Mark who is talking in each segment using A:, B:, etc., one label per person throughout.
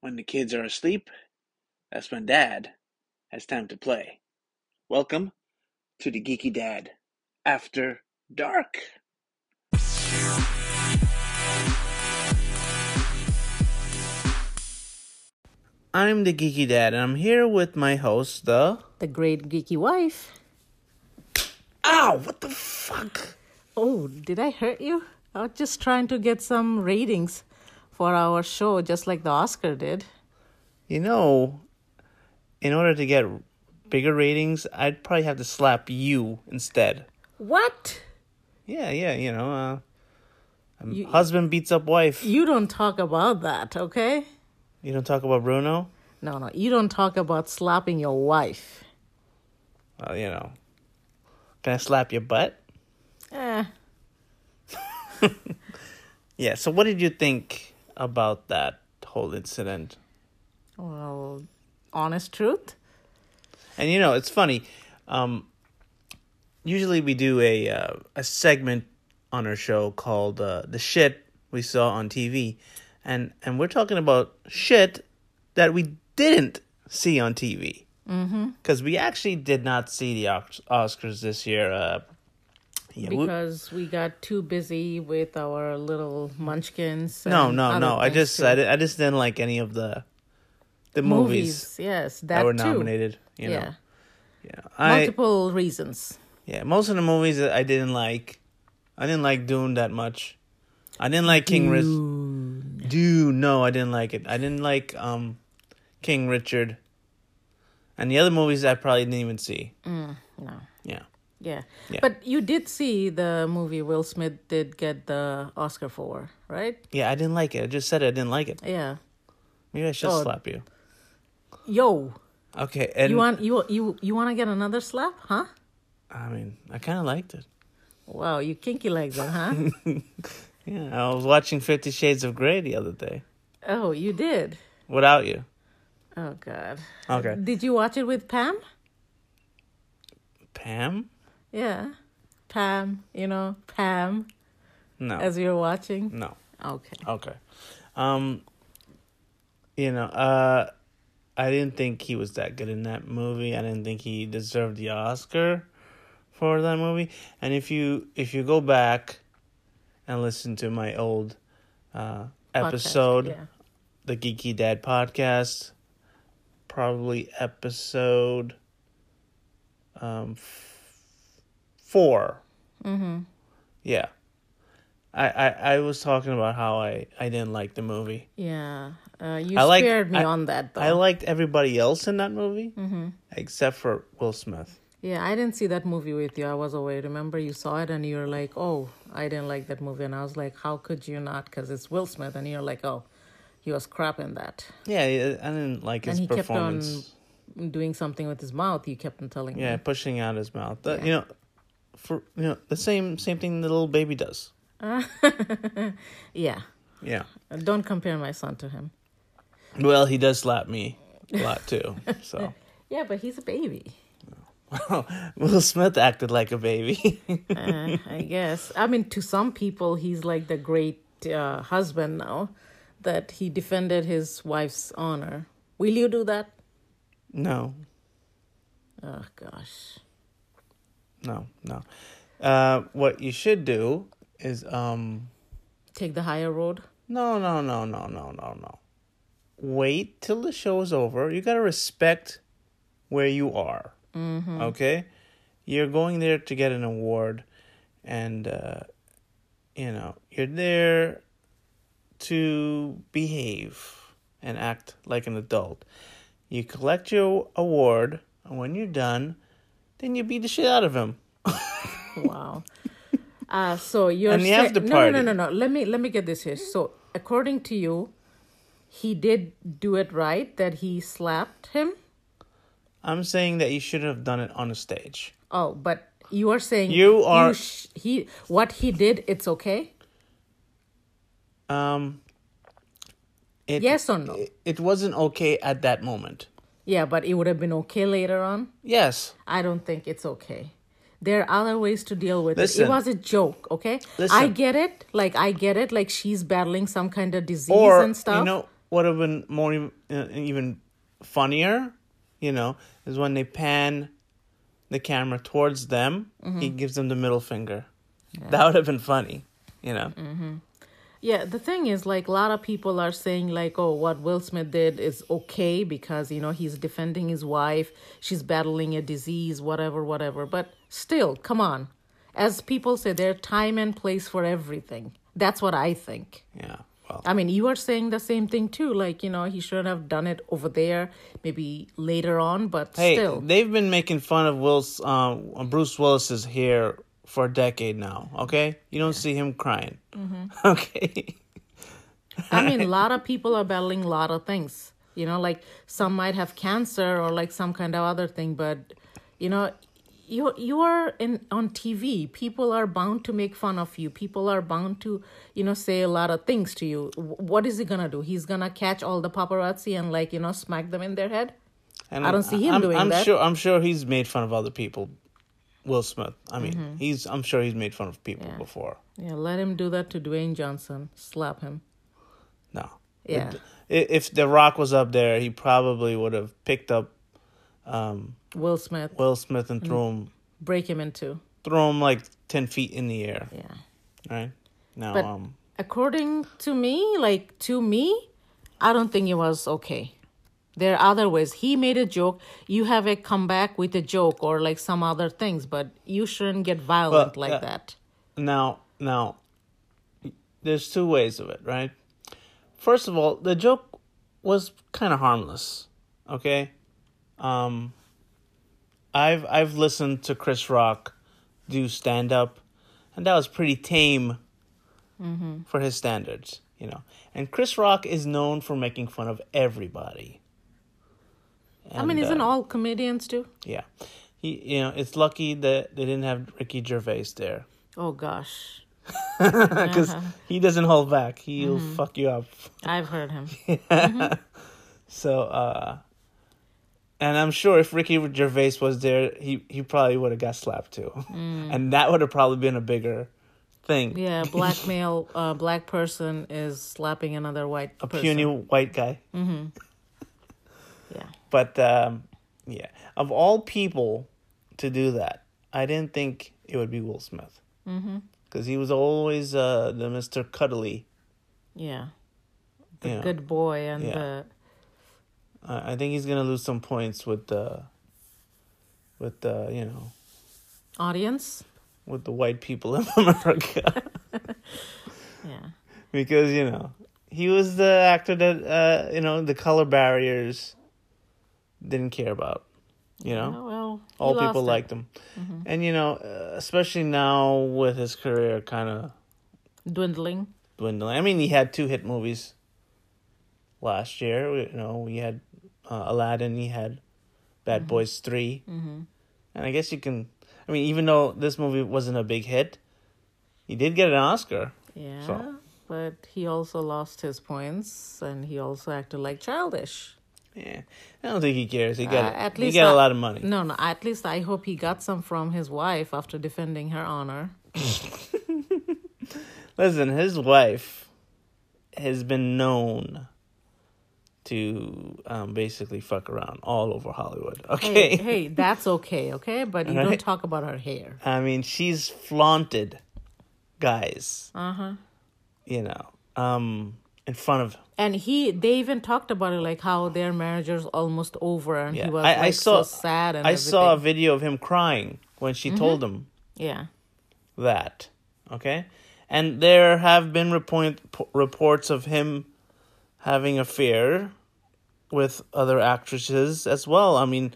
A: When the kids are asleep, that's when dad has time to play. Welcome to the Geeky Dad After Dark. I'm the Geeky Dad, and I'm here with my host, the.
B: The Great Geeky Wife.
A: Ow! What the fuck?
B: Oh, did I hurt you? I was just trying to get some ratings for our show, just like the Oscar did.
A: You know, in order to get bigger ratings, I'd probably have to slap you instead.
B: What?
A: Yeah, yeah, you know, uh, um,
B: You-
A: husband beats up wife.
B: You don't talk about that, okay?
A: You don't talk about Bruno.
B: No, no, you don't talk about slapping your wife.
A: Well, you know, can I slap your butt?
B: Eh,
A: Yeah. So, what did you think about that whole incident?
B: well, honest truth.
A: And you know, it's funny. Um, usually, we do a uh, a segment on our show called uh, "The Shit We Saw on TV," and and we're talking about shit that we didn't see on TV. Because mm-hmm. we actually did not see the Ox- Oscars this year. Uh, yeah, we-
B: Because we got too busy with our little munchkins.
A: no,
B: and
A: no,
B: other
A: no. I
B: things
A: just
B: too.
A: I, di- I just didn't like any of the the movies,
B: Yes, that,
A: that were
B: too.
A: nominated. You know,
B: yeah.
A: yeah. I,
B: Multiple reasons.
A: Yeah, most of the movies that I didn't like, I didn't like Dune that much. I didn't like King Richard. Dune, no, I didn't like it. I didn't like um, King Richard, and the other movies I probably didn't even see.
B: No.
A: Yeah,
B: Yeah.
A: Yeah.
B: But you did see the movie Will Smith did get the Oscar for, right?
A: yeah, I didn't like it. I just said I didn't like it.
B: Yeah.
A: Maybe I should
B: Oh.
A: slap you.
B: Yo,
A: Okay, and
B: you want you you you want to get another slap, huh?
A: I mean, I kind of liked it.
B: Wow, you kinky like that, huh?
A: Yeah, I was watching Fifty Shades of Grey the other day
B: oh, you did.
A: without you.
B: Oh god.
A: Okay,
B: Did you watch it with Pam?
A: Pam?
B: Yeah. Pam, you know, Pam
A: No,
B: as you're watching.
A: no.
B: Okay.
A: Okay. Um you know, uh I didn't think he was that good in that movie. I didn't think he deserved the Oscar for that movie. And if you if you go back and listen to my old uh
B: Podcast,
A: episode,
B: yeah.
A: the Geeky Dad podcast, probably episode um f- 4.
B: Mhm.
A: Yeah. I, I, I was talking about how I, I didn't like the movie.
B: Yeah. Uh, you
A: I like-
B: spared me
A: I-
B: on that though.
A: I liked everybody else in that movie
B: Mm-hmm.
A: except for Will Smith.
B: Yeah, I didn't see that movie with you. I was away. Remember, you saw it and you were like, oh, I didn't like that movie. And I was like, how could you not? Because it's Will Smith. And you're like, oh, he was crap in that.
A: Yeah, I I didn't like his
B: and he kept on
A: performance.
B: doing something with his mouth. You kept on telling
A: yeah,
B: me.
A: pushing out his mouth. That- You know, for you know the same same thing the little baby does.
B: Yeah.
A: Yeah.
B: Don't compare my son to him.
A: Well, he does slap me a lot too. So
B: Yeah, but he's a baby.
A: Will Smith acted like a baby.
B: Uh, I guess. I mean, to some people, he's like the great uh, husband now that he defended his wife's honor. Will you do that?
A: no,
B: Oh, gosh.
A: no, no. Uh, what you should do is um
B: Take the higher road.
A: No, no, no, no, no, no, no. Wait till the show is over. You got to respect where you are. Mm-hmm. Okay? You're going there to get an award, and, uh, you know, you're there to behave and act like an adult. You collect your award, and when you're done, then you beat the shit out of him.
B: Wow. Uh, so you're
A: And the
B: sa-
A: after
B: no, no,
A: party.
B: no, no, no. Let me let me get this here. So according to you, he did do it right that he slapped him.
A: I'm saying that you shouldn't have done it on a stage.
B: Oh, but you are saying
A: You are-
B: sh- he what he did. It's okay.
A: Um, it,
B: Yes or no?
A: it- it wasn't okay at that moment.
B: Yeah, but it would have been okay later on.
A: Yes.
B: I don't think it's okay. There are other ways to deal with it.
A: Listen.
B: It was a joke, okay? I
A: Listen.
B: get it. Like I get it. Like she's battling some kind of disease
A: Or
B: and stuff.
A: you know, would have been more ev- uh, even funnier, you know, is when they pan the camera towards them.
B: Mm-hmm.
A: He gives them the middle finger. That would have been funny, you know.
B: Mm. Yeah, the thing is, like, a lot of people are saying, like, oh, what Will Smith did is okay because, you know, he's defending his wife. She's battling a disease, whatever, whatever. But still, come on. As people say, there are time and place for everything. That's what I think.
A: Yeah. Well,
B: I mean, you are saying the same thing, too. Like, you know, he should have done it over there, maybe later on, but
A: hey,
B: still.
A: they've been making fun of Will's um, Bruce Willis's hair for a decade now. Okay, you don't see him crying.
B: Mm-hmm.
A: Okay.
B: I mean, a lot of people are battling a lot of things. You know, like some might have cancer or like some kind of other thing, but you know, you you are in on TV. People are bound to make fun of you. People are bound to you know say a lot of things to you. Wh- What is he gonna do? He's gonna catch all the paparazzi and like you know smack them in their head.
A: And
B: I don't see him
A: I'm,
B: doing
A: I'm
B: that.
A: sure. I'm sure he's made fun of other people. Will Smith. I mean, he's. I'm sure he's made fun of people before.
B: Mm-hmm. Yeah, let him do that to Dwayne Johnson. Slap him.
A: No.
B: Yeah.
A: I- If The Rock was up there, he probably would have picked up um,
B: Will Smith,
A: Will Smith and threw
B: Mm-hmm.
A: him,
B: break him in two.
A: threw him like ten feet in the air.
B: Yeah.
A: Right now,
B: But-
A: um,
B: according to me, like to me, I don't think it was okay. There are other ways. He made a joke. You have a comeback with a joke or like some other things, but you shouldn't get violent
A: Well,
B: like
A: yeah.
B: that.
A: now, now, there's two ways of it, right? First of all, the joke was kind of harmless. Okay, um, I've I've listened to Chris Rock do stand up, and that was pretty tame
B: Mm-hmm.
A: for his standards, you know. And Chris Rock is known for making fun of everybody.
B: I mean,
A: And,
B: isn't
A: uh,
B: all comedians do?
A: yeah, he you know it's lucky that they didn't have Ricky Gervais there
B: Oh gosh,
A: because
B: Uh-huh.
A: he doesn't hold back. He'll
B: Mm-hmm.
A: fuck you up.
B: I've heard him.
A: So, uh, and I'm sure if Ricky Gervais was there, he, he probably would have got slapped too. And that would have probably been a bigger thing.
B: Mm. Yeah, black male, uh, black person is slapping another white
A: a
B: person. Mm.
A: puny white guy.
B: Yeah,
A: But, um, yeah, of all people to do that, I didn't think it would be Will Smith.
B: Mm-hmm.
A: Because he was always uh, the Mr. Cuddly.
B: yeah, the
A: Yeah.
B: good boy and
A: Yeah.
B: the
A: Uh, I think he's going to lose some points with the, with the, you know,
B: audience.
A: with the white people of America.
B: Yeah,
A: because you know he was the actor that uh you know the color barriers didn't care about you know
B: Oh, well, he
A: all people
B: lost it. Mm-hmm.
A: liked him and you know uh, especially now with his career kind of
B: dwindling.
A: dwindling i mean he had two hit movies last year We- you know we had uh, aladdin he had bad boys 3 mm-hmm. and i guess you can i mean even though this movie wasn't a big hit he did get an oscar
B: Yeah,
A: So-
B: but he also lost his points, and he also acted like childish.
A: Yeah, I don't think he cares. He got
B: Uh, at least
A: he got
B: I-
A: a lot of money.
B: No, no. At least I hope he got some from his wife after defending her honor.
A: Listen, his wife has been known to um, basically fuck around all over Hollywood. Okay,
B: Hey, hey, that's okay, okay. But you
A: Right.
B: don't talk about her hair.
A: I mean she's flaunted guys,
B: Uh huh.
A: you know, um, in front of.
B: And he, they even talked about it, like how their marriage is almost over, and
A: Yeah,
B: he was
A: I,
B: like
A: I saw
B: so sad and
A: I
B: everything. Mm-hmm.
A: saw a video of him crying when she told him
B: yeah,
A: that. Okay, and there have been report, reports of him having affair with other actresses as well. I mean,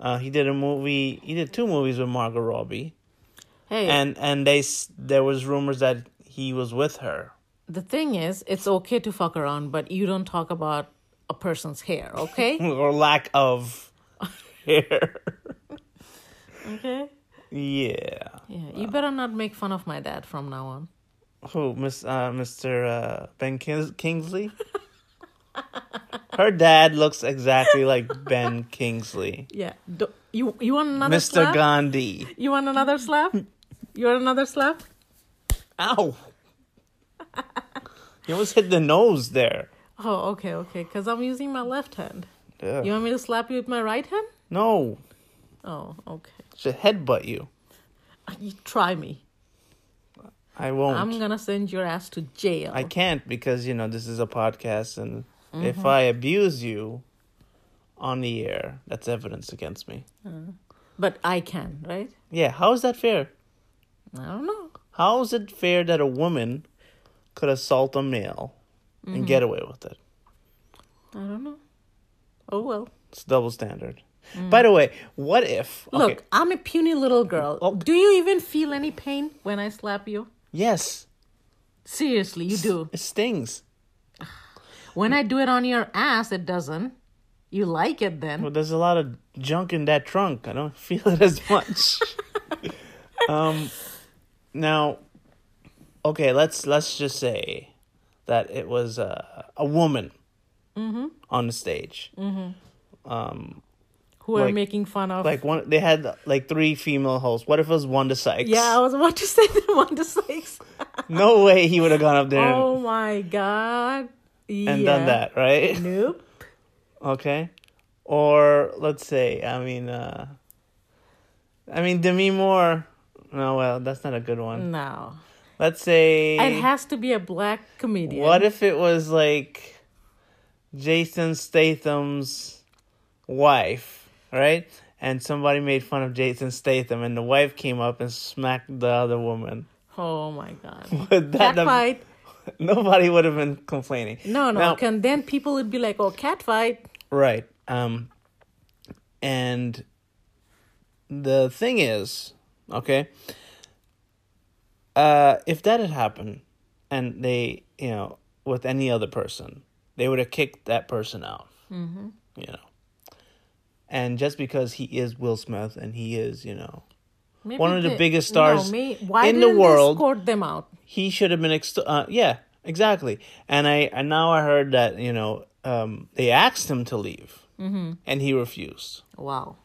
A: uh, he did a movie. He did two movies with Margot Robbie,
B: hey.
A: and and they s- there was rumors that he was with her.
B: the thing is, it's okay to fuck around, but you don't talk about a person's hair, okay?
A: or lack of hair.
B: okay.
A: yeah.
B: Yeah, you better not make fun of my dad from now on.
A: Who, Miss uh, Mr. Uh, Ben Kings- Kingsley? Her dad looks exactly like Ben Kingsley.
B: Yeah. Do, you you want another
A: Mr.
B: slap?
A: Gandhi.
B: you want another slap? You want another slap?
A: Ow. you almost hit the nose there.
B: Oh, okay, okay. Because I'm using my left hand.
A: Yeah.
B: You want me to slap you with my right hand?
A: No,
B: Oh, okay. Ah,
A: should headbutt you.
B: You try me.
A: I won't.
B: I'm gonna send your ass to jail.
A: I can't because you know this is a podcast, and
B: Mm-hmm.
A: if I abuse you on the air, that's evidence against me.
B: But I can, right?
A: Yeah, how is that fair?
B: I don't know.
A: How is it fair that a woman could assault a male
B: Mm-hmm.
A: and get away with it?
B: I don't know. Oh well.
A: It's double standard. By the way, what if? Okay,
B: Mm.
A: Oh.
B: Look, I'm a puny little girl. Do you even feel any pain when I slap you?
A: yes,
B: Seriously, you do.
A: it stings.
B: When I do it on your ass, it doesn't. You like it then.
A: But there's a lot of junk in that trunk. I don't feel it as much. um, now, okay, let's let's just say that it was uh, a woman
B: Mm-hmm.
A: on the stage.
B: Mm. Who are
A: like-
B: making fun of.
A: Like one, they had like three female hosts. What if it was Wanda Sykes?
B: yeah, I was about to say that one to six.
A: no way he would have gone up there
B: Oh my god. Yeah.
A: and done that, right?
B: Nope.
A: Okay. Or let's say, I mean, uh, I mean Demi Moore. No, well, that's not a good
B: Mm.
A: one.
B: No.
A: Let's say.
B: It has to be a black comedian.
A: Eh. What if it was like Jason Statham's wife, right? And somebody made fun of Jason Statham, and the wife came up and smacked the other woman.
B: Oh my god.
A: Would that
B: Cat
A: have-
B: fight.
A: nobody would have been complaining.
B: No, no.
A: Now-
B: Can then people would be like, "Oh, cat fight."
A: Right. Um and the thing is, okay, uh if that had happened and they, you know, with any other person, they would have kicked that person out. Mm-hmm. You know. And just because he is Will Smith and he is, you know,
B: Maybe
A: One of the
B: they-
A: biggest
B: no,
A: stars
B: may- why
A: in the
B: didn't they
A: world.
B: Escort them out.
A: he should have been ext- uh, yeah, exactly. And I and now I heard that, you know, um they asked him to leave. Mm-hmm. And he refused.
B: Wow,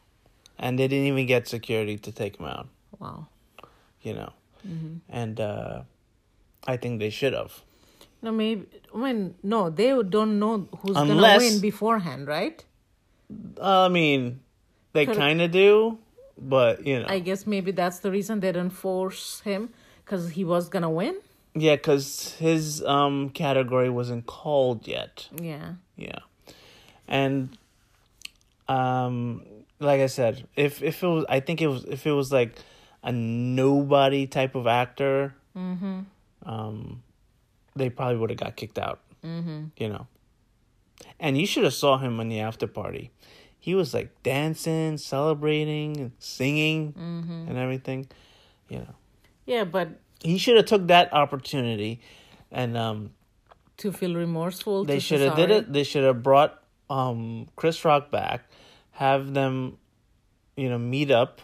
A: and they didn't even get security to take him out
B: wow.
A: you know and uh i think they should have
B: No, maybe when no, they don't know who's
A: Unless-
B: gonna win beforehand, right?
A: i mean they kind of do but you know
B: I guess maybe that's the reason they didn't force him because he was gonna win.
A: yeah because his um category wasn't called yet
B: Yeah.
A: yeah and um like i said if if it was i think it was if it was like a nobody type of actor um they probably would have got kicked out mm-hmm. you know and you should have saw him in the after party he was like dancing celebrating and singing and everything you know
B: Yeah, but
A: he should have took that opportunity and um
B: to feel remorseful.
A: they
B: to
A: should
B: say
A: have did
B: sorry.
A: it. They should have brought um, Chris Rock back, have them, you know, meet up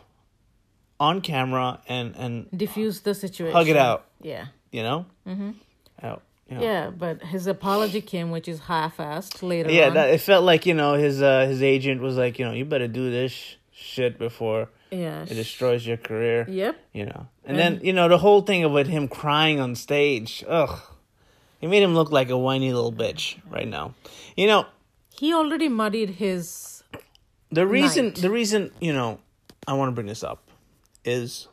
A: on camera and and
B: Diffuse the situation.
A: hug it out.
B: Yeah.
A: You know. Mm-hmm. Out. You know? Yeah.
B: Yeah, but his apology came, which is half-assed later
A: Yeah.
B: on.
A: That, it felt like you know his uh, his agent was like you know you better do this sh- shit before
B: yeah.
A: it destroys your career.
B: Yep.
A: You know. And then you know the whole thing about him crying on stage. Ugh. He made him look like a whiny little bitch right now. You know,
B: He already muddied his.
A: The reason
B: night.
A: the reason, you know, I want to bring this up is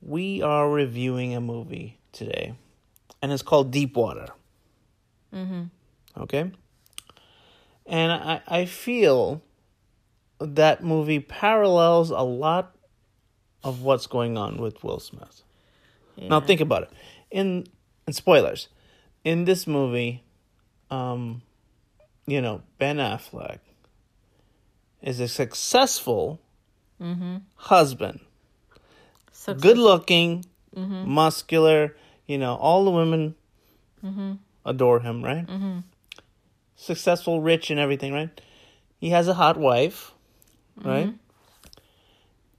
A: we are reviewing a movie today and it's called Deep Water. Mhm. Okay? And I I feel that movie parallels a lot of what's going on with Will Smith. Now think about it. In and spoilers. In this movie, um you know, Ben Affleck is a successful husband,
B: Success.
A: good looking, muscular. You know, all the women adore him, right? Successful, rich, and everything, right? He has a hot wife, right?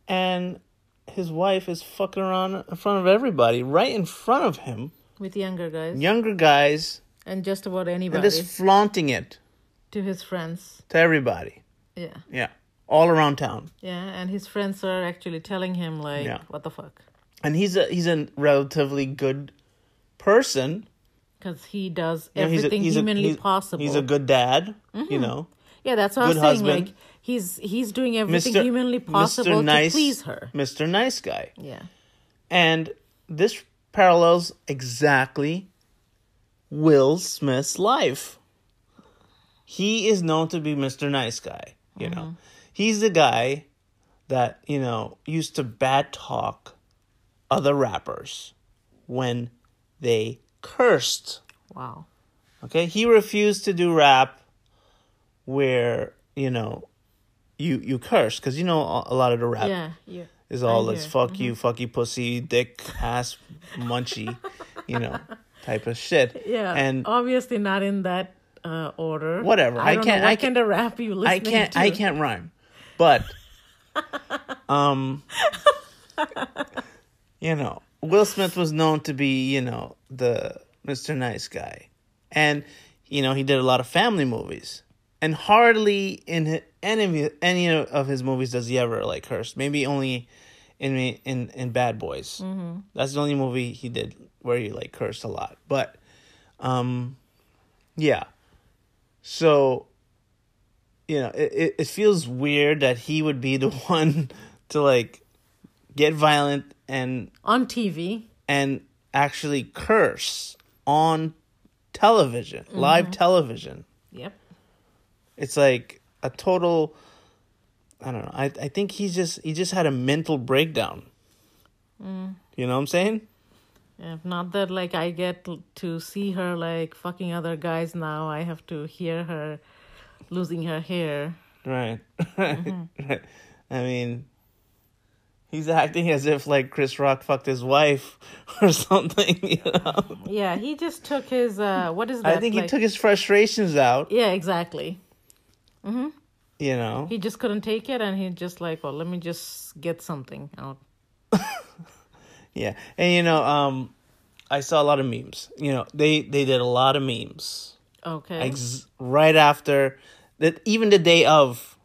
A: And his wife is fucking around in front of everybody, right in front of him,
B: with younger guys
A: younger guys,
B: and just about
A: and
B: anybody
A: just flaunting it
B: to his friends.
A: to everybody.
B: Yeah,
A: Yeah. All around town.
B: yeah, and his friends are actually telling him like,
A: Yeah.
B: "What the fuck."
A: and he's a he's a relatively good person
B: because he does
A: Yeah, he's a-
B: everything
A: he's a-
B: humanly
A: he's-
B: possible. Mm-hmm.
A: He's a good dad, you know.
B: yeah, that's what I'm
A: good
B: saying.
A: husband.
B: Like he's he's doing everything humanly possible to please her.
A: Mr. Nice Guy.
B: Yeah,
A: And this parallels exactly Will Smith's life. He is known to be Mr. Nice Guy, you know.
B: Mm-hmm.
A: He's the guy that, you know, used to bad talk other rappers when they cursed.
B: wow.
A: Okay? He refused to do rap where, you know, you you curse cuz you know a a lot of the rap
B: Yeah, yeah.
A: is all
B: I
A: this
B: hear. Mm-hmm.
A: fuck you, fuck you, pussy, dick, ass, munchy, you know, type of shit.
B: Yeah,
A: And
B: obviously not in that uh, order.
A: Whatever, I
B: I, don't
A: can't-
B: Know, what
A: I
B: kind of rap you
A: I
B: listening
A: can't,
B: to?
A: I can't rhyme, but, um, you know, Will Smith was known to be, you know, the Mr. Nice Guy, and you know he did a lot of family movies, and hardly in hi- any of any of his movies does he ever like curse. Maybe only. In, in in Bad Boys, mm-hmm. that's the only movie he did where he like cursed a lot. But um, yeah. So, you know, it, it, it feels weird that he would be the one to like get violent and
B: on TV.
A: and actually curse on television, live television.
B: Yep.
A: It's like a total I don't know. I I think he's just he just had a mental breakdown. You know what I'm saying?
B: If not that, like I get l- to see her like fucking other guys now. I have to hear her losing her hair.
A: Right. right. I mean, he's acting as if like Chris Rock fucked his wife or something. You know?
B: Yeah, he just took his uh, what is that?
A: I think he
B: like-
A: took his frustrations out.
B: Yeah, exactly.
A: You know,
B: He just couldn't take it, and he just like, well, let me just get something out.
A: yeah, and you know, um, I saw a lot of memes. You know, they they did a lot of memes
B: Okay.
A: ex- right after that, even the day of,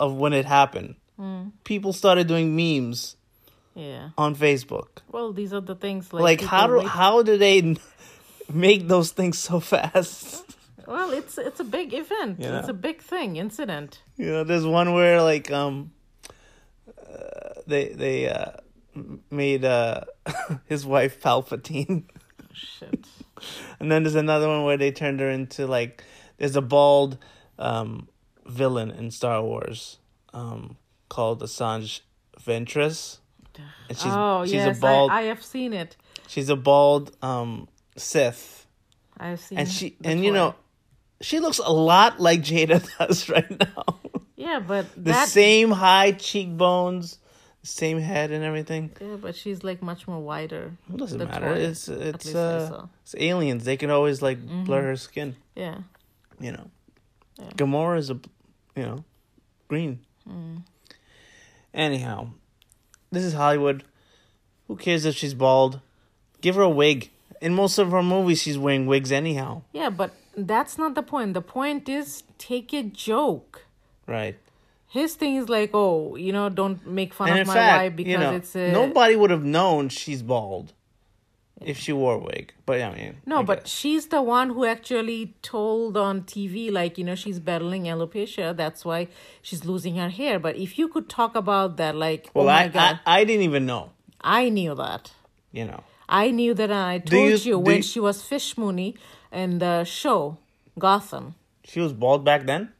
A: of when it happened. People started doing memes
B: yeah.
A: on Facebook.
B: Well, these are the things
A: Like
B: like
A: how
B: people
A: do
B: wait-
A: how do they make those things so fast?
B: Well, it's it's a big event.
A: Yeah.
B: It's a big thing, incident.
A: You know, there's one where like um, uh, they they uh, m- made uh, his wife Palpatine,
B: Shit.
A: and then there's another one where they turned her into like there's a bald um, villain in Star Wars um, called Assange Ventress, and she's
B: oh
A: she's
B: yes,
A: a bald
B: I, I have seen it.
A: she's a bald um, Sith,
B: I've seen.
A: and she
B: the
A: and you
B: toy.
A: know she looks a lot like Jada does right now.
B: Yeah, but
A: the
B: that.
A: same high cheekbones, same head and everything.
B: yeah, but she's like much more wider.
A: It doesn't
B: the
A: matter.
B: toy,
A: It's
B: at
A: it's
B: least I
A: uh,
B: saw. Mm-hmm.
A: it's aliens. They can always like blur her skin.
B: Yeah.
A: You know, Gamora is a you know green.
B: Hmm.
A: Anyhow, this is Hollywood. Who cares if she's bald? Give her a wig. In most of her movies, she's wearing wigs anyhow.
B: Yeah, but that's not the point. The point is take a joke.
A: Right.
B: His thing is like, oh, you know, don't make fun
A: And
B: of
A: in
B: my wife
A: fact,
B: because
A: you know,
B: it's a
A: nobody would have known she's bald if she wore a wig. But I mean,
B: No,
A: I
B: but
A: guess.
B: she's the one who actually told on TV, like, you know, she's battling alopecia. That's why she's losing her hair. But if you could talk about that, like,
A: well,
B: oh my
A: I,
B: God,
A: I I didn't even know.
B: I, knew that.
A: You know.
B: I knew that. And I told
A: you-
B: you,
A: do
B: when
A: you-
B: she was Fish Mooney in the show, Gotham.
A: She was bald back then?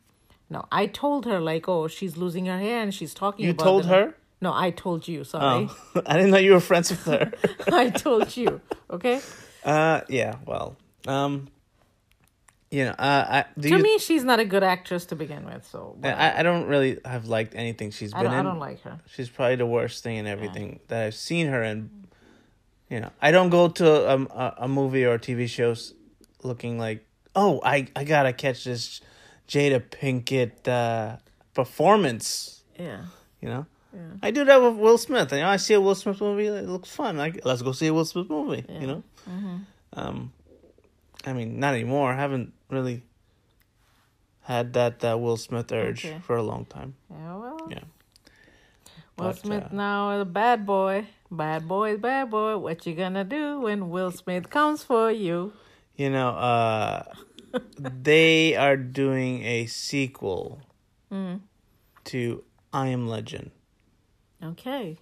B: No, I told her, like, oh, she's losing her hair and she's talking
A: You
B: about
A: told
B: that.
A: her? Oh.
B: No, I told you. Sorry.
A: I didn't know you were friends with her.
B: I told you. Okay.
A: uh yeah, well. Um you know, uh I do
B: to
A: you
B: me, she's not a good actress to begin with. So
A: I, I don't really have liked anything she's
B: I
A: been
B: don't, I
A: in.
B: don't like her.
A: She's probably the worst thing in everything that I've seen her in. You know, I don't go to um, a, a movie or TV shows looking like, "Oh, I I got to catch this Jada Pinkett uh performance."
B: Yeah.
A: You know, I do that with Will Smith. You know, I see a Will Smith movie; it looks fun. Like, let's go see a Will Smith movie. You know,
B: Mm-hmm.
A: um, I mean, not anymore. I haven't really had that uh, Will Smith urge
B: Okay.
A: for a long time.
B: Yeah, well,
A: Yeah,
B: Will
A: But,
B: Smith
A: uh,
B: now is a bad boy. Bad boy is bad boy. What you gonna do when Will Smith comes for you?
A: you know, uh, they are doing a sequel
B: Mm.
A: to I Am Legend.
B: Okay.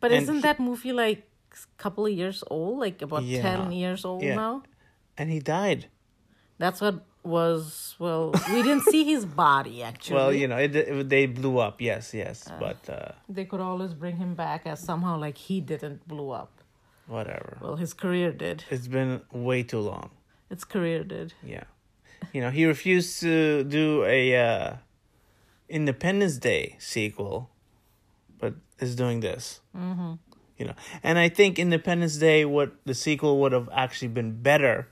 B: But
A: And
B: isn't that movie like a couple of years old? Like about
A: Yeah.
B: 10 years old
A: Yeah.
B: now?
A: And he died.
B: That's what was, well, we didn't see his body actually.
A: Well, you know, it, it- they blew up. Yes, yes, but uh,
B: They could always bring him back as somehow like he didn't blow up.
A: whatever.
B: Well, his career did.
A: It's been way too long.
B: Its career did.
A: Yeah, you know, he refused to do a uh, Independence Day sequel, but is doing this. Mm-hmm. You know, and I think Independence Day, what the sequel would have actually been better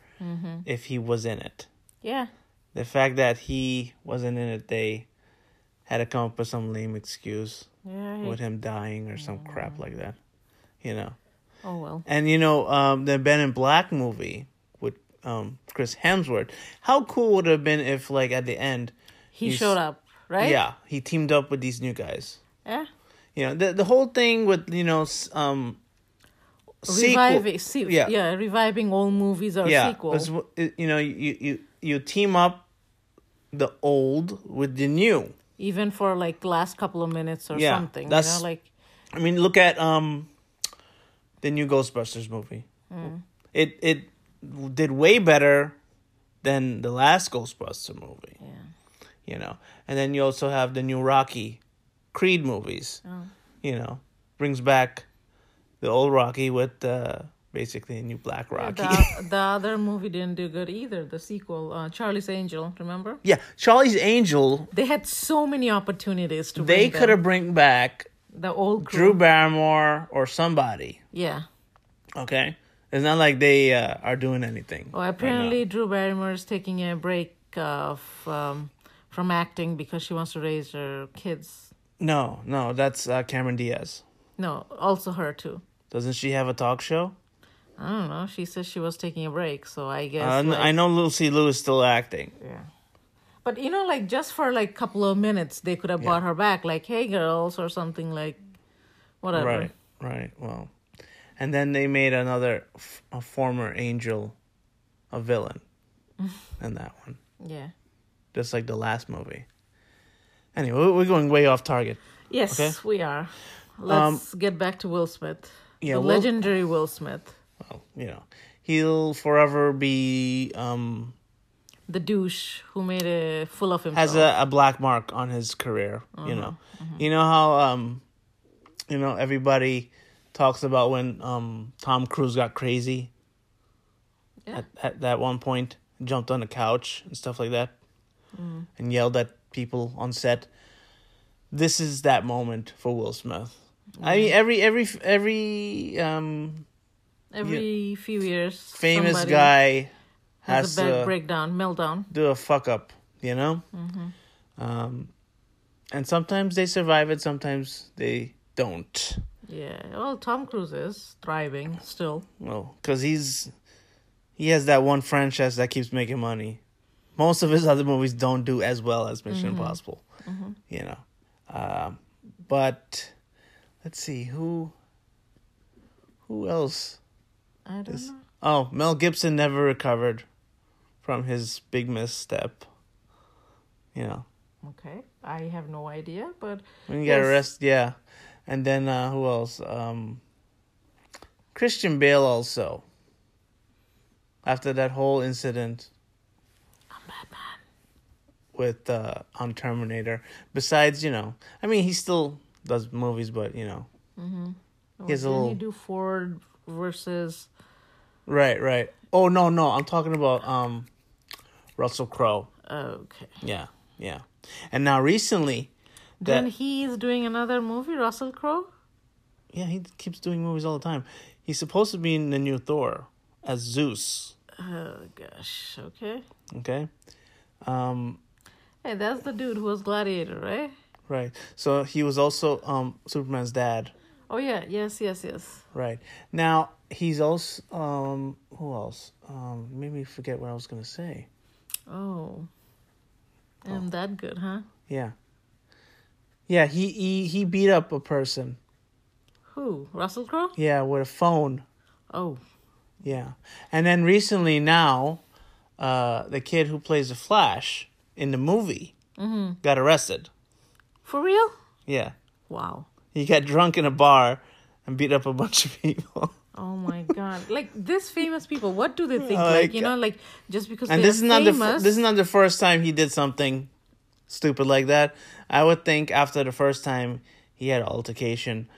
A: if he was in it.
B: Yeah.
A: The fact that he wasn't in it, they had to come up with some lame excuse
B: Yeah.
A: with him dying or some crap like that. You know.
B: Oh well.
A: And you know, um, the Ben in Black movie with um, Chris Hemsworth. How cool would it have been if, like, at the end,
B: He
A: he's-
B: showed up, right?
A: Yeah, he teamed up with these new guys.
B: Yeah.
A: You know, the the whole thing with you know, s- um,
B: Reviving, see,
A: yeah.
B: yeah. reviving old movies or
A: yeah,
B: sequels.
A: it's w- it- you know, you you you team up the old with the new.
B: even for like last couple of minutes or
A: Yeah,
B: something.
A: that's-
B: you know, like
A: I mean, look at um, the new Ghostbusters movie.
B: Hmm.
A: It it did way better than the last Ghostbuster movie.
B: yeah.
A: you know. And then you also have the new Rocky, Creed movies,
B: Oh.
A: you know, brings back the old Rocky with uh, basically a new black Rocky. Yeah,
B: The, the other movie didn't do good either. The sequel, uh, Charlie's Angel, remember?
A: Charlie's Angel.
B: They had so many opportunities to
A: They
B: bring
A: could
B: them.
A: have bring back
B: the old crew.
A: Drew Barrymore or somebody.
B: Yeah.
A: Okay, it's not like they uh, are doing anything.
B: Well,
A: right now.
B: apparently Drew Barrymore is taking a break of um, from acting because she wants to raise her kids.
A: no, no, that's uh, Cameron Diaz.
B: No, also her too.
A: Doesn't she have a talk show?
B: I don't know. She says she was taking a break, so I guess.
A: Uh,
B: like-
A: I know Lucy Liu is still acting.
B: But you know, like just for like couple of minutes, they could have brought her back, like "Hey, girls" or something like, whatever.
A: Right, right. Well, and then they made another f- a former angel, a villain, in that one,
B: Yeah.
A: just like the last movie. Anyway, we- we're going way off target.
B: Yes,
A: Okay. Um,
B: we are. Let's get back to Will Smith.
A: Yeah,
B: the
A: Will-
B: legendary Will Smith,
A: Well, you know, he'll forever be um
B: the douche who made a fool of himself.
A: has a, a black mark on his career.
B: Uh-huh.
A: You know, you know how um, you know everybody talks about when um Tom Cruise got crazy.
B: Yeah.
A: At, at that one point, jumped on the couch and stuff like that,
B: Mm.
A: and yelled at people on set. This is that moment for Will Smith. I mean, every every every um
B: Every few years,
A: famous
B: somebody
A: guy has,
B: has a big
A: to
B: breakdown, meltdown.
A: do a fuck up, you know? Um, and sometimes they survive it, sometimes they don't.
B: Yeah. Well, Tom Cruise is thriving still.
A: Well, because he's he has that one franchise that keeps making money. Most of his other movies don't do as well as Mission Impossible, you know. Um, but let's see who who else.
B: I don't know.
A: Oh, Mel Gibson never recovered from his big misstep. You know,
B: Okay, I have no idea, but
A: When you got
B: Yes.
A: arrested, yeah. And then uh, who else? Um, Christian Bale also. After that whole incident with uh, on Terminator. Besides, you know, I mean, he still does movies, but you know,
B: oh,
A: He has a
B: didn't
A: little-
B: he do Ford versus?
A: right, right. Oh no, no, I'm talking about um, Russell Crowe.
B: Okay.
A: Yeah, yeah. And now recently, that
B: Then he is doing another movie, Russell Crowe.
A: yeah, he keeps doing movies all the time. He's supposed to be in the new Thor as Zeus.
B: Oh gosh. Okay.
A: Okay. Um,
B: Hey, that's the dude who was Gladiator, right?
A: right. So he was also um, Superman's dad.
B: Oh yeah. Yes. Yes. Yes.
A: Right. Now he's also um, who else? Um, made me forget what I was gonna say.
B: Oh.
A: Oh.
B: I'm that good, huh?
A: Yeah. Yeah. He he he beat up a person.
B: Who? Russell Crowe?
A: Yeah, with a phone.
B: Oh.
A: Yeah. And then recently now, uh, the kid who plays the Flash in the movie got arrested.
B: For real?
A: Yeah.
B: Wow.
A: He got drunk in a bar and beat up a bunch of people.
B: Oh my god! Like this famous people, what do they think?
A: Like-
B: Like, you know, like just because
A: And
B: they're
A: this is not the fir-
B: famous,
A: this is not the first time he did something stupid like that. I would think after the first time he had altercation,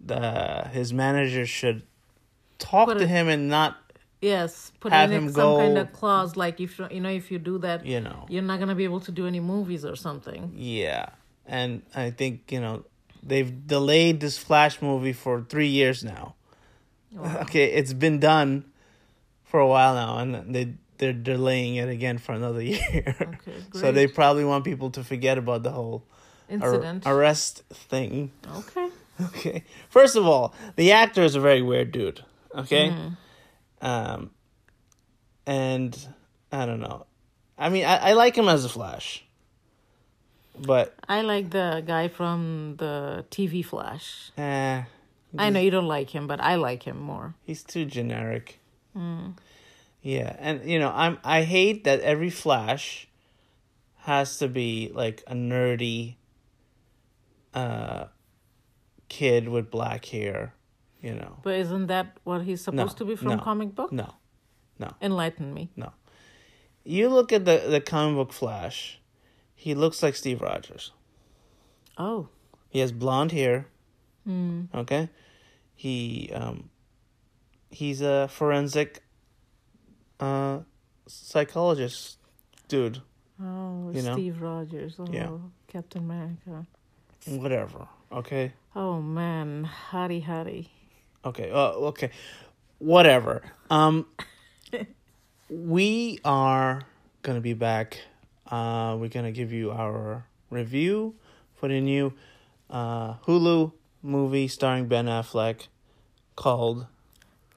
A: the his manager should talk
B: Put
A: to
B: it-
A: him and not
B: yes, put
A: have
B: in
A: him
B: some kind
A: go-
B: of clause like if you you know if you do that,
A: You know.
B: you're not gonna be able to do any movies or something.
A: yeah. And I think you know they've delayed this Flash movie for three years now.
B: Oh,
A: Okay, it's been done for a while now, and they they're delaying it again for another year.
B: Okay,
A: so they probably want people to forget about the whole ar-
B: Incident.
A: arrest thing.
B: okay.
A: Okay. First of all, the actor is a very weird dude. Okay.
B: Mm-hmm.
A: Um, and I don't know. I mean, I, I like him as a Flash, but
B: I like the guy from the TV Flash.
A: eh,
B: I know you don't like him, but I like him more.
A: he's too generic. Yeah, and you know, I'm I hate that every Flash has to be like a nerdy uh kid with black hair, you know.
B: But isn't that what he's
A: No,
B: supposed to be from
A: no,
B: comic book?
A: No. No.
B: Enlighten me.
A: No. You look at the, the comic book Flash, he looks like Steve Rogers.
B: Oh,
A: He has blonde hair. Mm. Okay? He um he's a forensic uh psychologist dude.
B: oh,
A: You know?
B: Steve Rogers. Oh,
A: Yeah.
B: Captain America.
A: Whatever. Okay?
B: Oh man, hottie hottie.
A: Okay. Uh, okay. Whatever. Um, we are gonna be back. Uh, we're gonna give you our review for the new uh, Hulu movie starring Ben Affleck called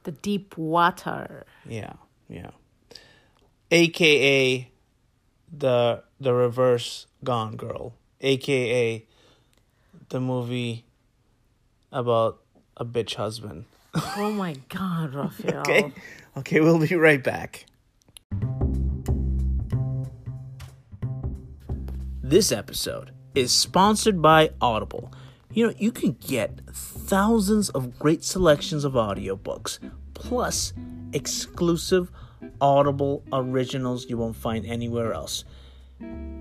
B: The deep water.
A: yeah yeah, AKA the the reverse Gone Girl, AKA the movie about a bitch husband.
B: Oh my God, Raphael.
A: Okay. Okay, we'll be right back. This episode is sponsored by Audible. You know, you can get thousands of great selections of audiobooks, plus exclusive Audible originals you won't find anywhere else.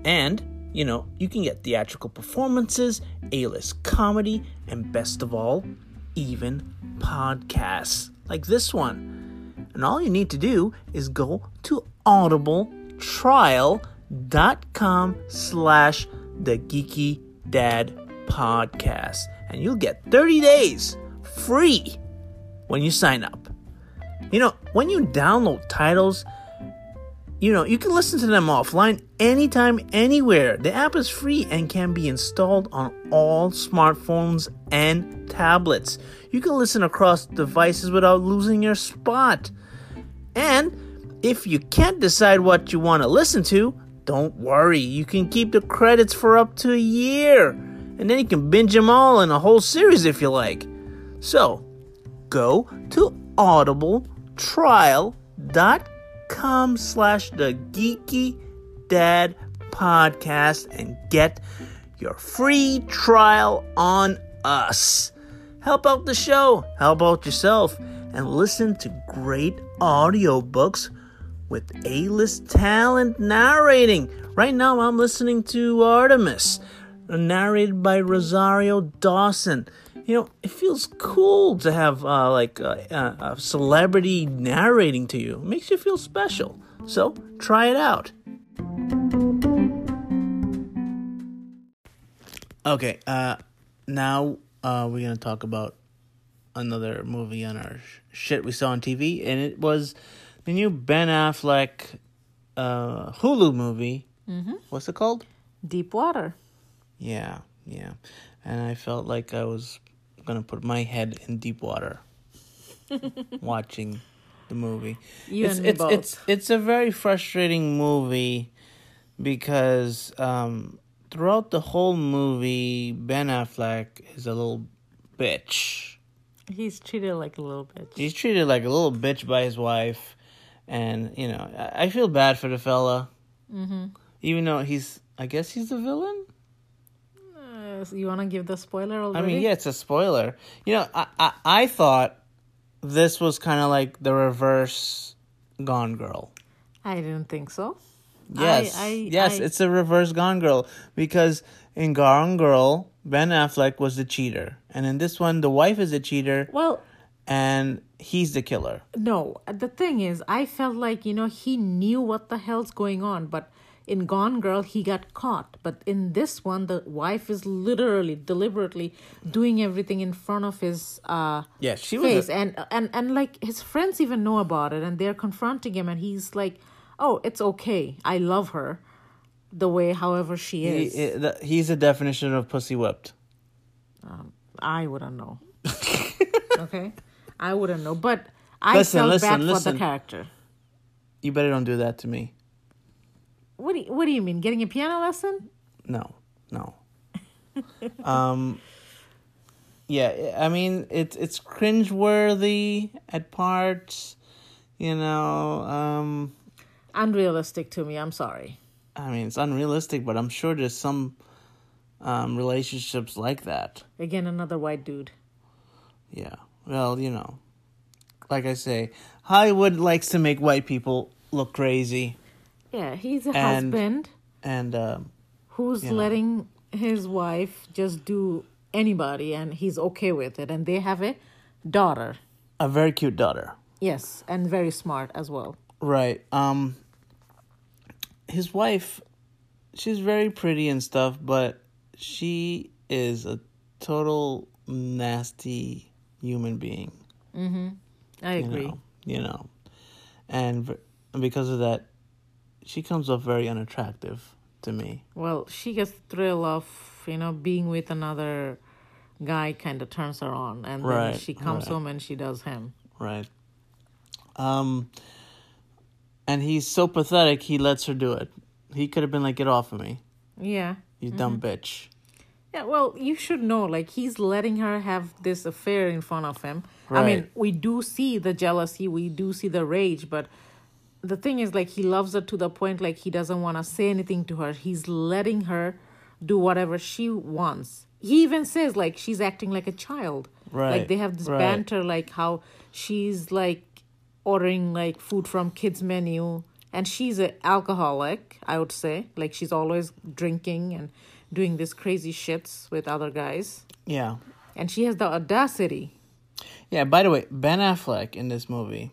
A: And, you know, you can get theatrical performances, A list comedy, and best of all, even podcasts like this one. And all you need to do is go to audibletrial.com slash the geeky dad podcast and you'll get 30 days free when you sign up. You know, when you download titles, you know, you can listen to them offline anytime, anywhere. The app is free and can be installed on all smartphones and tablets. You can listen across devices without losing your spot. And if you can't decide what you want to listen to, don't worry. You can keep the credits for up to a year. And then you can binge them all in a whole series if you like. So, go to audibletrial.com slash the geeky dad podcast and get your free trial on us help out the show help out yourself and listen to great audiobooks with a-list talent narrating right now i'm listening to artemis narrated by rosario dawson you know it feels cool to have uh, like a, a a celebrity narrating to you makes you feel special so try it out okay uh now uh we're gonna talk about another movie on our sh- shit we saw on TV, and it was the new Ben Affleck uh, Hulu movie. Mm-hmm. What's it called?
B: Deep water.
A: Yeah, yeah. And I felt like I was gonna put my head in deep water watching the movie.
B: You
A: it's
B: and me
A: it's
B: both.
A: it's it's a very frustrating movie because um, throughout the whole movie, Ben Affleck is a little bitch.
B: He's treated like a little bitch.
A: He's treated like a little bitch by his wife, and you know I, I feel bad for the fella.
B: Mm-hmm.
A: Even though he's, I guess he's the villain.
B: Uh, so you want to give the spoiler
A: I
B: already?
A: mean, yeah, it's a spoiler. You know, I I, I thought this was kind of like the reverse Gone Girl.
B: I didn't think so.
A: Yes,
B: I- I-
A: yes,
B: I-
A: it's a reverse Gone Girl because in Gone Girl, Ben Affleck was the cheater, and in this one, the wife is the cheater,
B: Well,
A: and he's the killer.
B: no. The thing is, I felt like, you know, he knew what the hell's going on, but in Gone Girl, he got caught. But in this one, the wife is literally, deliberately doing everything in front of his uh,
A: Yeah, she was. a-
B: face. and, and, and, like, his friends even know about it, and they're confronting him, and he's like, oh, it's okay. I love her the way, however she
A: he-
B: is.
A: he- the- he's the definition of pussy whipped.
B: I wouldn't know. okay? I wouldn't know. But I
A: Listen,
B: felt
A: listen,
B: bad for
A: listen.
B: the character.
A: You better don't do that to me.
B: What do you, what do you mean? Getting a piano lesson?
A: No, no. um, yeah, I mean it's it's cringeworthy at parts. You know, um,
B: Unrealistic to me. I'm sorry.
A: I mean it's unrealistic, but I'm sure there's some um, relationships like that.
B: Again, another white dude.
A: Yeah. Well, you know, like I say, Hollywood likes to make white people look crazy,
B: Yeah, he's a
A: And-
B: husband
A: and um,
B: who's letting his wife just do anybody, and he's okay with it. And they have a daughter.
A: a very cute daughter.
B: Yes, and very smart as well.
A: Right. Um his wife she's very pretty and stuff, but she is a total nasty human being,
B: I
A: you
B: agree.
A: know, you know. And v- and because of that, she comes off very unattractive to me.
B: Well, she gets the thrill of, you know, being with another guy kind of turns her on and then
A: Right,
B: she comes
A: right.
B: home and she does him.
A: Right. Um and he's so pathetic he lets her do it. He could have been like, Get off of me,
B: Yeah.
A: you dumb bitch.
B: Yeah, well, you should know like he's letting her have this affair in front of him. I mean,
A: Right.
B: we do see the jealousy, we do see the rage, but the thing is like he loves her to the point like he doesn't want to say anything to her. He's letting her do whatever she wants. He even says like she's acting like a child.
A: Right,
B: Like they have this
A: right.
B: banter like how she's like ordering like food from kids menu and she's an alcoholic, I would say. Like she's always drinking and doing these crazy shits with other guys.
A: Yeah.
B: And she has the audacity.
A: Yeah, by the way, Ben Affleck in this movie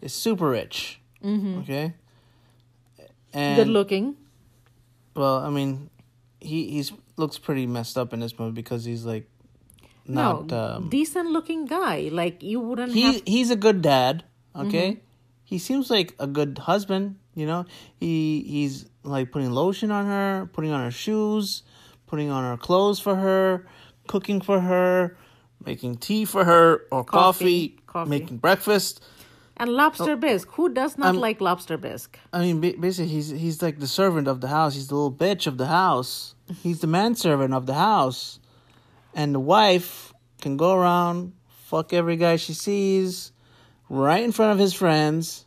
A: is super rich. Mm-hmm. Okay. And
B: Good looking.
A: well, I mean, he he's looks pretty messed up in this movie because he's like not
B: no,
A: um
B: decent looking guy. Like you wouldn't have
A: he he's a good dad, okay?
B: Mm-hmm.
A: He seems like a good husband, you know? He he's like putting lotion on her, putting on her shoes, putting on her clothes for her, cooking for her, making tea for her or coffee,
B: Coffee, coffee.
A: making breakfast.
B: and
A: Oh.
B: lobster bisque. Who does
A: Um,
B: not like lobster bisque?
A: I mean, ba- basically, he's he's like the servant of the house. He's the little bitch of the house. He's the manservant of the house, and the wife can go around fuck every guy she sees, right in front of his friends,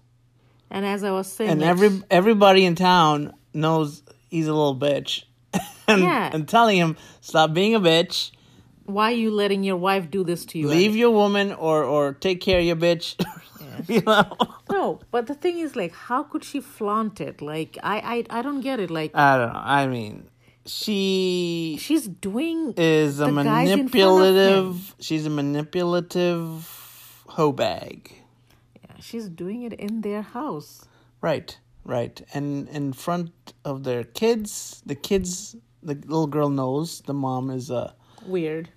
B: And as I was saying,
A: and
B: like,
A: every everybody in town knows he's a little bitch, and,
B: Yeah.
A: and telling him stop being a bitch,
B: why are you letting your wife do this to you?
A: leave your woman, or or take care of your bitch, you know.
B: No, but the thing is, like, how could she flaunt it? Like, I, I, I don't get it. Like,
A: I don't know. I mean, she
B: she's doing
A: is a
B: the guys in front of him.
A: manipulative. She's a manipulative hoe bag.
B: Yeah, she's doing it in their house.
A: Right, right, and in front of their kids, the kids, the little girl knows the mom is a
B: Weird.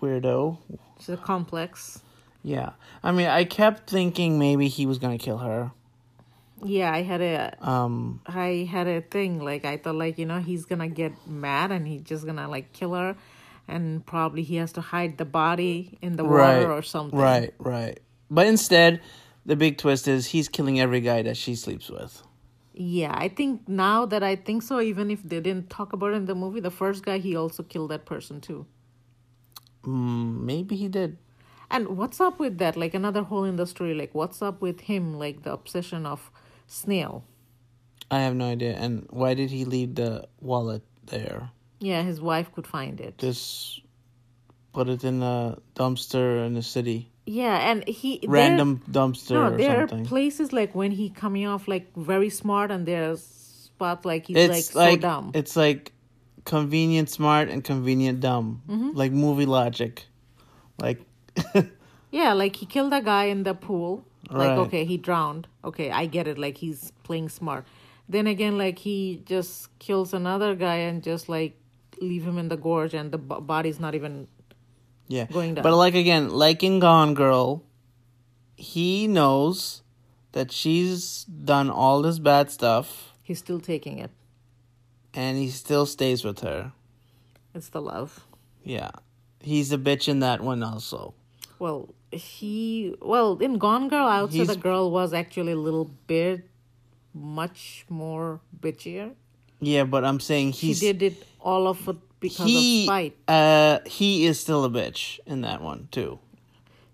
A: weirdo.
B: She's a complex.
A: Yeah, I mean, I kept thinking maybe he was gonna kill her.
B: Yeah, I had a,
A: Um,
B: I had a thing. Like, I thought, like, you know, he's gonna get mad and he's just gonna like kill her, and probably he has to hide the body in the
A: right
B: water or something.
A: Right, right. But instead, the big twist is he's killing every guy that she sleeps with.
B: Yeah, I think now that I think so, even if they didn't talk about it in the movie, the first guy he also killed that person too.
A: Mm, maybe he did.
B: And what's up with that? Like another whole industry. Like what's up with him? Like the obsession of snail.
A: I have no idea. And why did he leave the wallet there?
B: Yeah, his wife could find it.
A: Just put it in a dumpster in the city.
B: Yeah, and he there-
A: Random dumpster
B: No,
A: or
B: there
A: something.
B: are places like when he coming off like very smart, and there's spot like he's
A: it's
B: like,
A: like,
B: so dumb.
A: it's like convenient smart and convenient dumb.
B: Mm-hmm.
A: Like movie logic. Like
B: Yeah, like he killed a guy in the pool. Like,
A: Right.
B: okay, he drowned. Okay, I get it. Like, he's playing smart. Then again, like, he just kills another guy and just, like, leave him in the gorge, and the b- body's not even.
A: Yeah.
B: going down.
A: But like again, like in Gone Girl, he knows that she's done all this bad stuff
B: He's still taking it.
A: and he still stays with her.
B: It's the love.
A: Yeah. He's a bitch in that one also.
B: Well, he. Well, in Gone Girl, I would say
A: He's-
B: the girl was actually a little bit much more bitchier.
A: Yeah, but I'm saying
B: He
A: he's
B: did it all of it because
A: he
B: of spite.
A: uh he is still a bitch in that one too.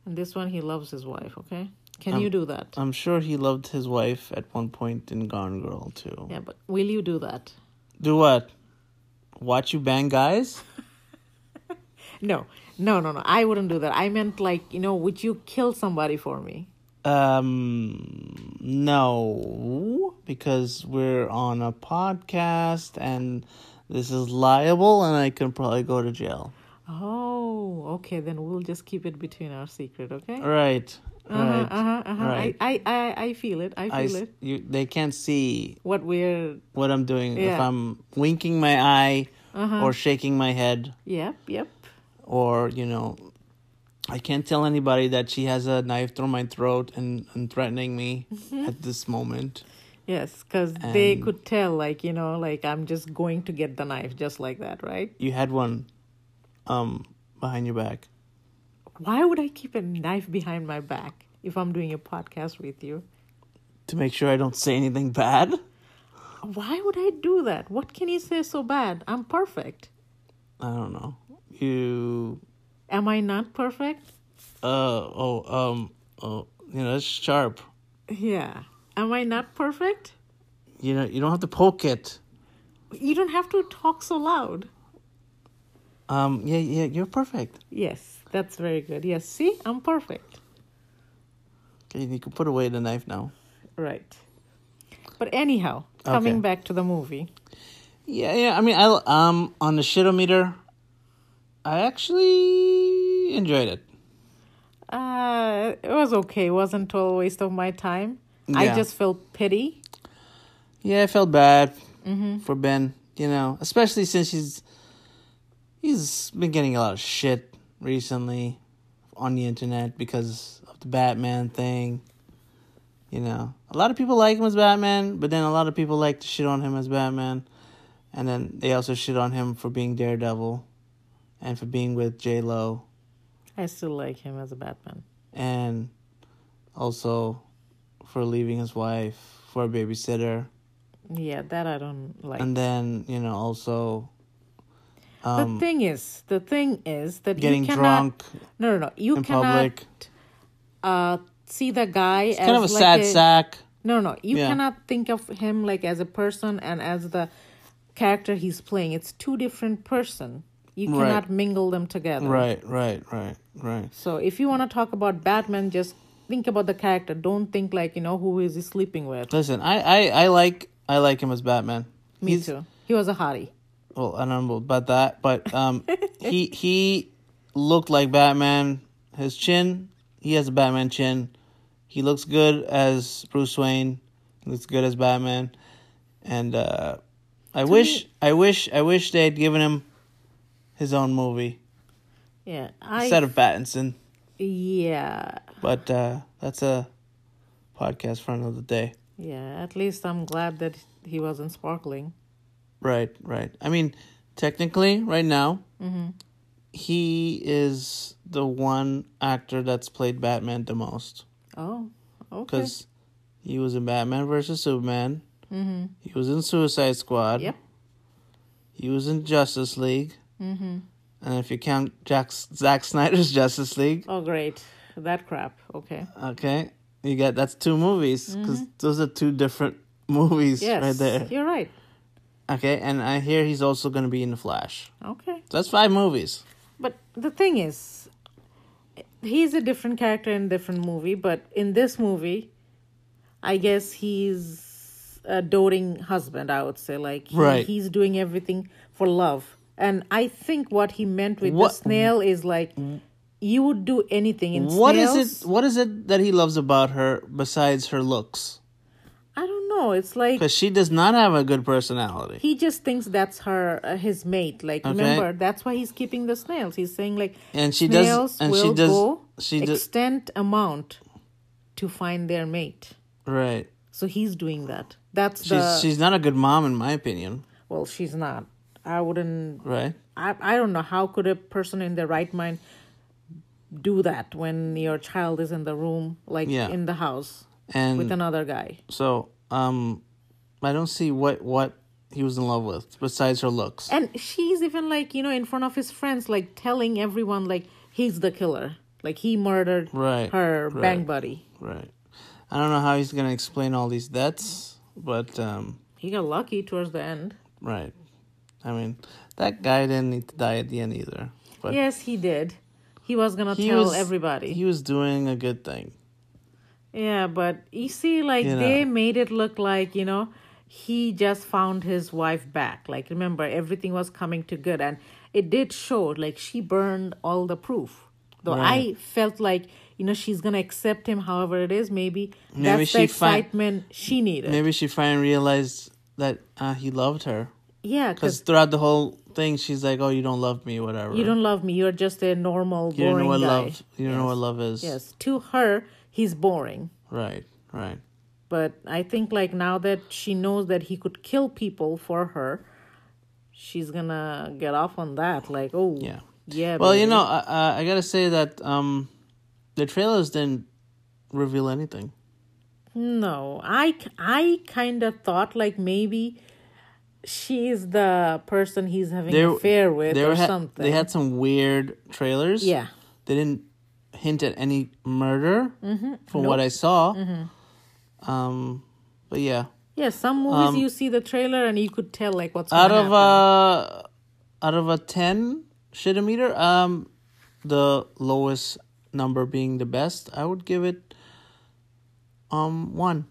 B: And this one, he loves his wife, okay? Can
A: Um,
B: you do that?
A: I'm sure he loved his wife at one point in Gone Girl too.
B: yeah, but will you do that?
A: Do what? Watch you bang guys?
B: No, no, no, no. I wouldn't do that. I meant like, you know, would you kill somebody for me?
A: Um, no, because we're on a podcast and this is liable, and I can probably go to jail.
B: Oh, okay. Then we'll just keep it between our secret, okay?
A: All Right,
B: Uh-huh,
A: right.
B: uh-huh, uh-huh.
A: right.
B: I, I, I, I feel it. I
A: I
B: feel
A: s-
B: it.
A: you, they can't see
B: What we're.
A: what I'm doing if
B: Yeah. Uh-huh.
A: I'm winking my eye or shaking my head
B: Yep, yep.
A: or you know, I can't tell anybody that she has a knife through my throat and, and threatening me at this moment.
B: Yes, because they could tell, like, you know, like I'm just going to get the knife just like that, right?
A: You had one, um, behind your back.
B: Why would I keep a knife behind my back if I'm doing a podcast with you?
A: to make sure I don't say anything bad.
B: Why would I do that? What can you say so bad? I'm perfect.
A: I don't know. You
B: Am I not perfect?
A: uh oh um oh you know that's sharp.
B: Yeah. Am I not perfect?
A: You know you don't have to poke it.
B: You don't have to talk so loud.
A: Um yeah yeah you're perfect.
B: Yes, that's very good. Yes, see, I'm perfect.
A: Okay, you can put away the knife now.
B: Right. But anyhow, coming
A: Okay.
B: back to the movie.
A: Yeah yeah I mean I um on the shitometer, I actually enjoyed it.
B: Uh, it was okay. It wasn't a waste of my time. I
A: Yeah.
B: just felt pity.
A: Yeah, I felt bad for Ben. You know, especially since he's he's been getting a lot of shit recently on the internet because of the Batman thing. You know, a lot of people like him as Batman, but then a lot of people like to shit on him as Batman, and then they also shit on him for being Daredevil, and for being with J Lo,
B: I still like him as a Batman.
A: and also for leaving his wife for a babysitter.
B: Yeah, that I don't like.
A: and then you know also
B: the thing is, the thing is that
A: um, getting
B: you cannot,
A: drunk
B: No, no, no. You
A: in
B: cannot
A: public
B: uh see the guy as
A: kind of a
B: like
A: sad sack
B: No, no, you
A: Yeah.
B: cannot think of him like as a person and as the character he's playing. It's two different person. You
A: Right.
B: cannot mingle them together.
A: right right right right
B: So if you want to talk about Batman, just think about the character. Don't think like you know who is he sleeping with.
A: listen i i, I like i like him as batman
B: Me too. He was a hottie.
A: well i don't know about that but um he he looked like batman his chin he has a batman chin he looks good as bruce wayne he looks good as batman and uh i wish i wish i wish they had given him his own movie
B: Yeah, I.
A: instead of Pattinson.
B: yeah,
A: But uh, that's a podcast for another day.
B: yeah. At least I'm glad that he wasn't sparkling.
A: Right, right. I mean, technically, right now,
B: Mm-hmm.
A: he is the one actor that's played Batman the most
B: Oh, okay.
A: because he was in Batman versus Superman. Mm-hmm. He was in Suicide Squad.
B: Yep.
A: He was in Justice League. Mm-hmm. And if you count Jack, Zack Snyder's Justice League,
B: Oh, great. That crap. Okay.
A: okay, you get that's two movies because those are two different movies
B: Mm-hmm. Yes.
A: right there.
B: You're right.
A: Okay, and I hear he's also going to be in the Flash.
B: Okay.
A: So that's five movies.
B: But the thing is, he's a different character in different movie. But in this movie, I guess he's a doting husband. I would say, like, he-
A: Right.
B: he's doing everything for love. And I think what he meant with
A: What-
B: the snail is like, you would do anything in
A: What is
B: snails.
A: it? What is it that he loves about her besides her looks?
B: I don't know. It's like
A: Because she does not have a good personality.
B: he just thinks that's her uh, his mate like remember that's why he's keeping the snails he's saying like
A: And she does-
B: snails
A: and she
B: will
A: does-
B: go
A: she does-
B: extent amount to find their mate
A: Right.
B: so he's doing that that's
A: She's
B: the
A: she's not a good mom in my opinion.
B: well she's not i wouldn't
A: Right.
B: I, I don't know how could a person in their right mind do that when your child is in the room like
A: Yeah. Mm.
B: in the house
A: And
B: with another guy
A: so um, I don't see what what he was in love with besides her looks.
B: And she's even like, you know, in front of his friends, like telling everyone, like, he's the killer. Like, he murdered
A: Right,
B: her
A: right.
B: bang buddy.
A: Right. I don't know how he's gonna explain all these deaths, but um,
B: He got lucky towards the end.
A: right. I mean, that guy didn't need to die at the end either. But
B: Yes, he did. He was gonna
A: he
B: tell
A: was-
B: everybody.
A: He was doing a good thing.
B: yeah, but you see, like,
A: You
B: they made it look like, you know, he just found his wife back. Like, remember, everything was coming to good. And it did show, like, she burned all the proof. Though I felt like, you know, she's gonna accept him however it is. Maybe, that's the
A: she find-
B: excitement she needed.
A: Maybe she finally realized that uh, he loved her. Because
B: Yeah, because
A: throughout the whole thing, she's like, "Oh, you don't love me, whatever.
B: you don't love me. You're just a normal,
A: You don't
B: boring
A: know what
B: guy.
A: love. You don't know what love is.
B: Yes, to her, he's boring.
A: Right. Right.
B: But I think like now that she knows that he could kill people for her, she's gonna get off on that. Like, oh,
A: Yeah.
B: yeah.
A: Well, you
B: baby.
A: know, I, I- I gotta say that um, the trailers didn't reveal anything.
B: no, I k- I kind of thought like maybe she is the person he's having
A: They
B: an
A: were-
B: affair with
A: they
B: or
A: were ha-
B: something.
A: They had some weird trailers.
B: yeah,
A: They didn't hint at any murder, from what I saw. Um, but yeah,
B: yeah. Some movies you see the trailer and you could tell like what's
A: Um, out
B: gonna
A: of
B: happen.
A: uh, out of a ten shitometer, um, the lowest number being the best, I would give it um one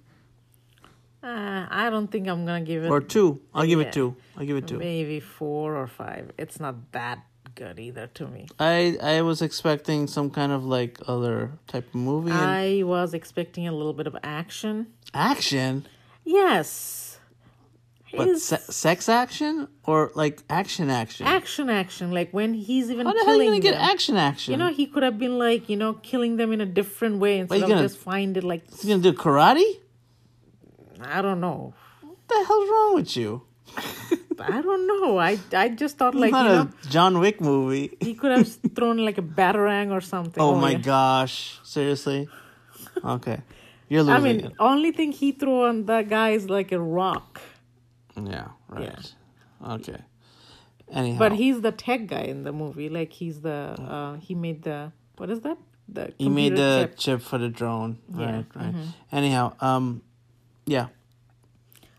B: Uh, I don't think I'm gonna give it
A: or two. I'll give it two. I'll give it two.
B: maybe four or five. It's not that good either to me.
A: I I was expecting some kind of like other type of movie and
B: I was expecting a little bit of action.
A: action,
B: Yes.
A: but
B: His
A: se- sex action or like action action.
B: action, action. Like when he's even
A: How the
B: killing
A: hell are you gonna get
B: them.
A: action action?
B: you know, he could have been like, you know, killing them in a different way instead
A: you
B: of
A: gonna-
B: just find it like,
A: you gonna do karate?
B: I don't know.
A: What the hell's wrong with you?
B: I don't know. I, I just thought like, you
A: Not
B: know,
A: a John Wick movie.
B: he could have thrown like a batarang or something.
A: Oh my
B: yeah.
A: gosh! Seriously? Okay, you're
B: I
A: losing
B: mean, only thing he threw on that guy is like a rock.
A: it. Yeah. Right. Okay. Anyhow,
B: But he's the tech guy in the movie. Like he's the uh, he made the what is that? The
A: he made
B: computer
A: the
B: chip. mm-hmm.
A: chip for the drone. Right. Right. Anyhow, um, yeah.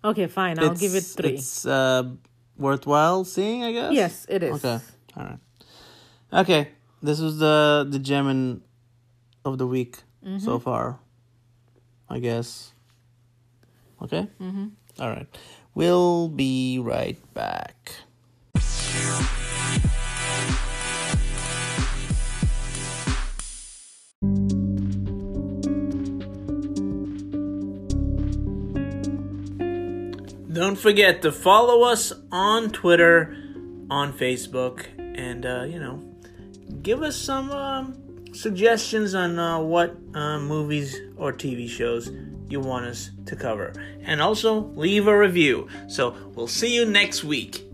B: Okay, fine. I'll give it
A: It's-
B: three.
A: It's uh, worthwhile seeing, I guess.
B: Yes, it is.
A: Okay. All right. Okay. This was the the gem in, of the week so far. I guess. Okay. Mm-hmm. All right. We'll be right back. Don't forget to follow us on Twitter, on Facebook, and uh, you know, give us some um, suggestions on uh, what uh, movies or TV shows you want us to cover, and also leave a review. So we'll see you next week.